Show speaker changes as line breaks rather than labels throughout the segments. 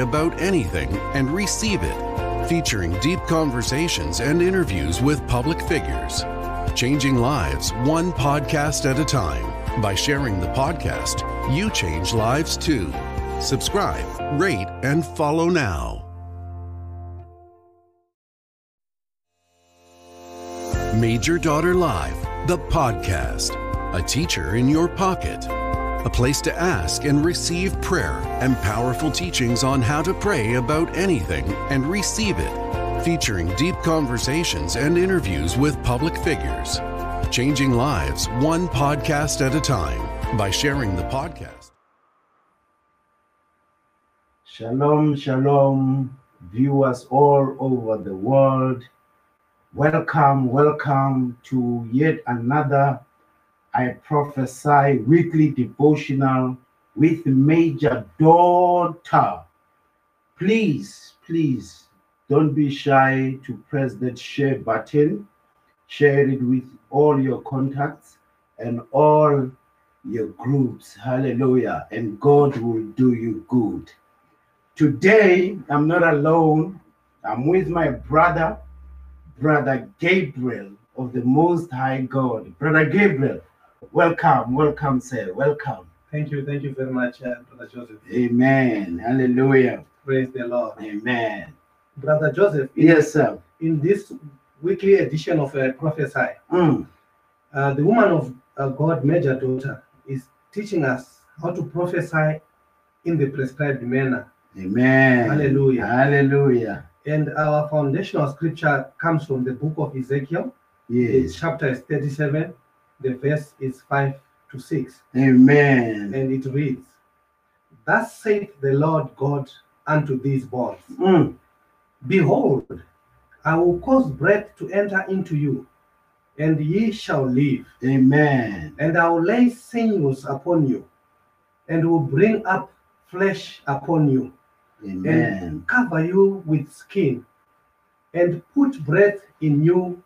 about anything and receive it, featuring deep conversations and interviews with public figures. Changing lives one podcast at a time. By sharing the podcast, you change lives too. Subscribe, rate, and follow now. Major Daughter Live, the podcast. A teacher in your pocket. A place to ask and receive prayer and powerful teachings on how to pray about anything and receive it, featuring deep conversations and interviews with public figures. Changing lives one podcast at a time by sharing the podcast.
Shalom, shalom, viewers all over the world. Welcome, welcome to yet another I Prophesy weekly devotional with Major Daughter. Please, please don't be shy to press that share button. Share it with all your contacts and all your groups. Hallelujah. And God will do you good. Today, I'm not alone. I'm with my brother, Brother Gabriel of the Most High God. Brother Gabriel, welcome, welcome, sir. Welcome.
Thank you, thank you very much, uh, Brother Joseph.
Amen. Hallelujah.
Praise the Lord.
Amen.
Brother Joseph, in,
Yes, sir.
in this weekly edition of uh, Prophesy,
Mm,
uh, the woman of uh, God, Major Daughter, is teaching us how to prophesy in the prescribed manner.
Amen.
Hallelujah.
Hallelujah.
And our foundational scripture comes from the book of Ezekiel. Its
Yes.
chapter is 37, the verse is 5 to 6.
Amen.
And it reads, Thus saith the Lord God unto these bones.
Mm,
Behold, I will cause breath to enter into you, and ye shall live.
Amen.
And I will lay sinews upon you, and will bring up flesh upon you,
Amen.
and cover you with skin, and put breath in you,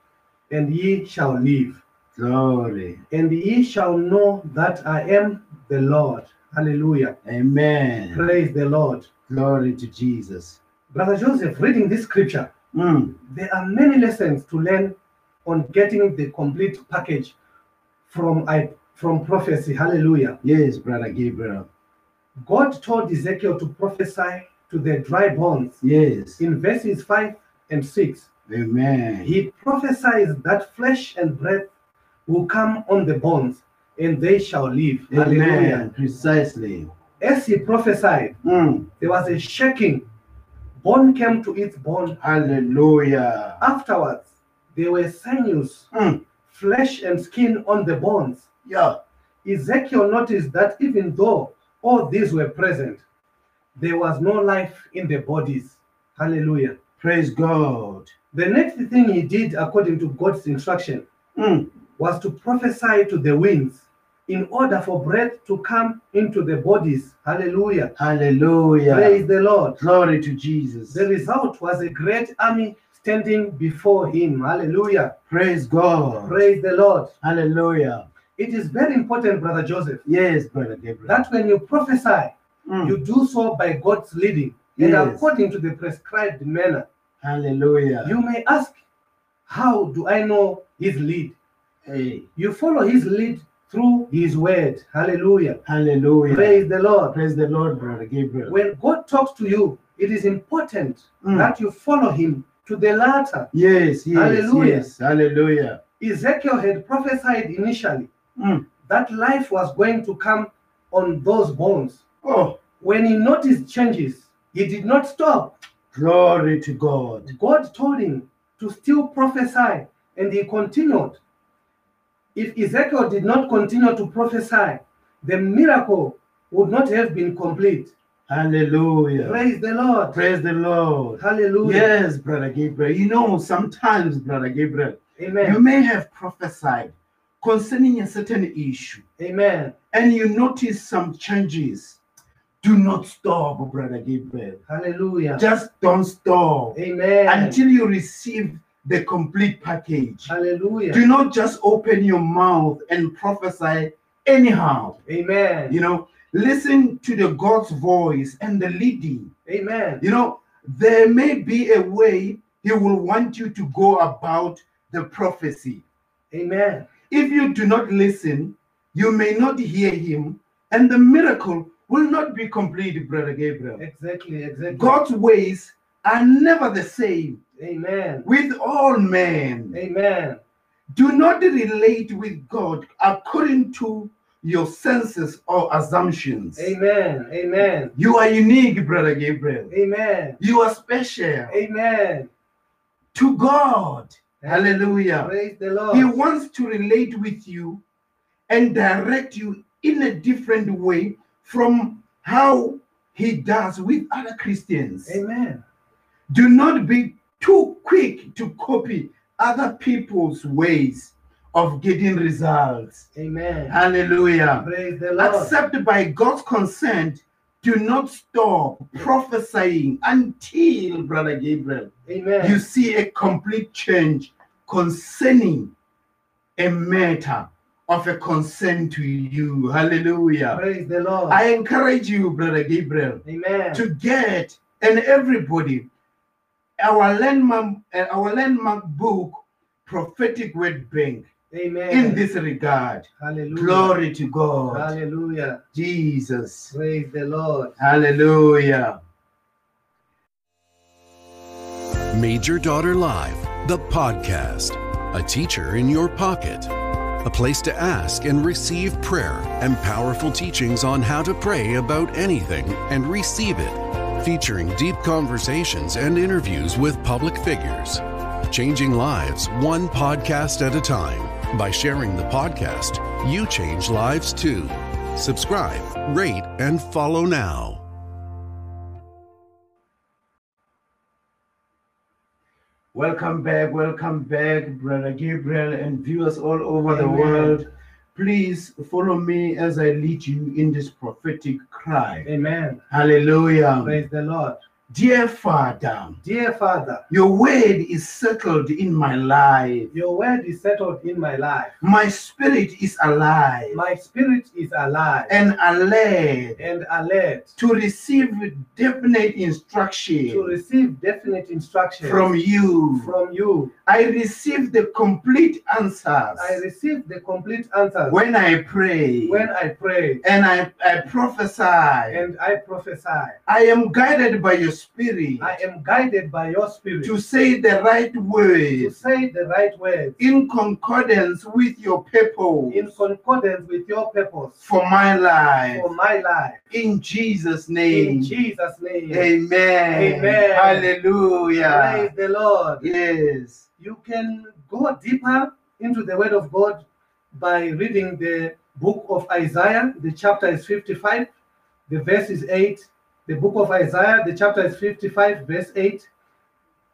and ye shall live.
Glory.
And ye shall know that I am the Lord. Hallelujah.
Amen.
Praise the Lord.
Glory to Jesus.
Brother Joseph, reading this scripture,
Mm,
there are many lessons to learn on getting the complete package from I from prophecy. Hallelujah.
Yes, Brother Gabriel.
God told Ezekiel to prophesy to the dry bones
Yes.
in verses 5 and 6.
Amen.
He prophesies that flesh and breath will come on the bones and they shall live.
Amen. Precisely.
As he prophesied,
Mm,
there was a shaking. Bone came to its bone.
Hallelujah.
Afterwards, there were sinews,
Mm,
flesh and skin on the bones.
Yeah.
Ezekiel noticed that even though all these were present, there was no life in the bodies. Hallelujah.
Praise God.
The next thing he did, according to God's instruction,
Mm,
was to prophesy to the winds in order for breath to come into the bodies. Hallelujah.
Hallelujah.
Praise the Lord.
Glory to Jesus.
The result was a great army standing before him. Hallelujah.
Praise God.
Praise the Lord.
Hallelujah.
It is very important, Brother Joseph,
Yes, Brother Gabriel.
that when you prophesy,
Mm.
You do so by God's leading and
Yes.
according to the prescribed manner.
Hallelujah.
You may ask, How do I know His lead?
Hey.
You follow His lead through His word. Hallelujah.
Hallelujah.
Praise the Lord.
Oh, Praise the Lord, Brother Gabriel.
When God talks to you, it is important
Mm.
that you follow Him to the latter.
yes, yes,
Hallelujah.
yes. Hallelujah.
Ezekiel had prophesied initially
Mm.
that life was going to come on those bones.
Oh,
When he noticed changes, he did not stop.
glory to God.
God told him to still prophesy, and he continued. If Ezekiel did not continue to prophesy, the miracle would not have been complete.
Hallelujah.
Praise the Lord.
Praise the Lord.
Hallelujah.
Yes, Brother Gabriel. You know, sometimes, Brother Gabriel, you
Amen.
may have prophesied concerning a certain issue.
Amen.
and you notice some changes, do not stop, Brother Gabriel.
Hallelujah.
Just don't stop
Amen.
until you receive the complete package.
Hallelujah.
Do not just open your mouth and prophesy anyhow.
Amen.
You know, Listen to the God's voice and the leading.
Amen.
You know, there may be a way He will want you to go about the prophecy.
Amen.
If you do not listen, you may not hear Him, and the miracle will not be complete, Brother Gabriel.
Exactly. Exactly.
God's ways are never the same
Amen.
with all men.
Amen.
Do not relate with God according to your senses or assumptions.
Amen. Amen.
You are unique, Brother Gabriel.
Amen.
You are special
Amen.
to God. Hallelujah.
Praise the Lord.
He wants to relate with you and direct you in a different way from how he does with other Christians.
Amen.
Do not be too quick to copy other people's ways of getting results.
Amen.
Hallelujah.
Praise the Lord.
Accept by God's consent. Do not stop prophesying until, Brother Gabriel,
Amen.
you see a complete change concerning a matter of a concern to you. Hallelujah.
Praise the Lord.
I encourage you, Brother Gabriel,
Amen.
to get and everybody our landmark uh, our landmark book prophetic word bank
Amen.
in this regard
Hallelujah.
glory to god
Hallelujah.
jesus
Praise the Lord.
hallelujah
Major Daughter Live, the podcast. A teacher in your pocket. A place to ask and receive prayer and powerful teachings on how to pray about anything and receive it. Featuring deep conversations and interviews with public figures. Changing lives one podcast at a time. By sharing the podcast, you change lives too. Subscribe, rate, and follow now.
welcome back welcome back brother gabriel and viewers all over the
Amen.
world please follow me as i lead you in this prophetic cry
Amen.
hallelujah
Praise the Lord.
dear father
Dear Father,
your word is settled in my life
your word is settled in my life.
My spirit is alive
My spirit is alive
and alert
and alert
to receive definite
to
instruction
receive definite instruction
from you.
from you.
I receive the complete answers
I receive the complete answers
when I pray
when I pray
and I, I prophesy.
and I prophesy. I
I am guided by your spirit
am guided by your spirit
to say the right
to
words
say the right words
in concordance with your purpose
in concordance with your purpose
for my life.
for my life.
In Jesus' name.
In Jesus' name.
Amen.
Amen.
Hallelujah.
Praise the Lord.
Yes.
You can go deeper into the Word of God by reading the book of Isaiah. The chapter is 55, the verse is 8. The book of Isaiah, the chapter is 55, verse 8.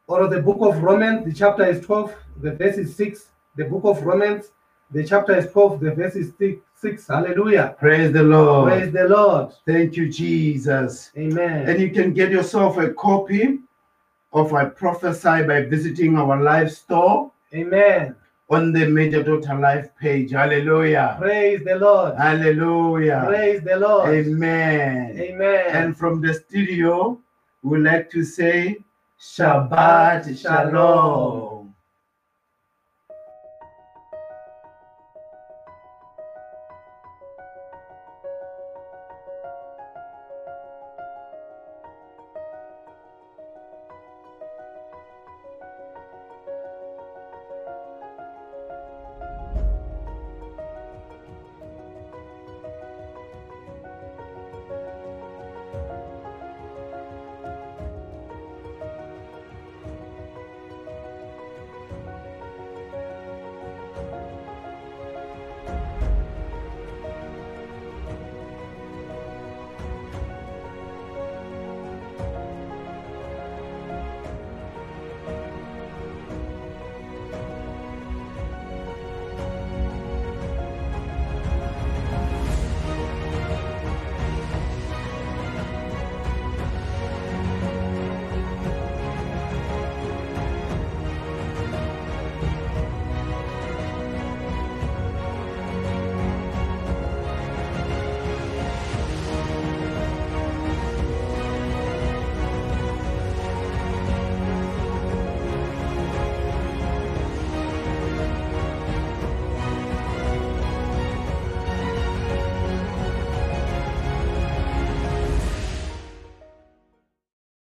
Or the book of Romans, the chapter is 12, the verse is 6. The book of Romans, the chapter is 12, the verse is 6. Hallelujah.
Praise the Lord.
Praise the Lord.
Thank you, Jesus.
Amen.
And you can get yourself a copy of I Prophesy by visiting our live store
Amen.
on the Major Daughter Life page. Hallelujah.
Praise the Lord.
Hallelujah.
Praise the Lord.
Ah. Amen.
Amen.
And from the studio, we like to say Shabbat Shalom.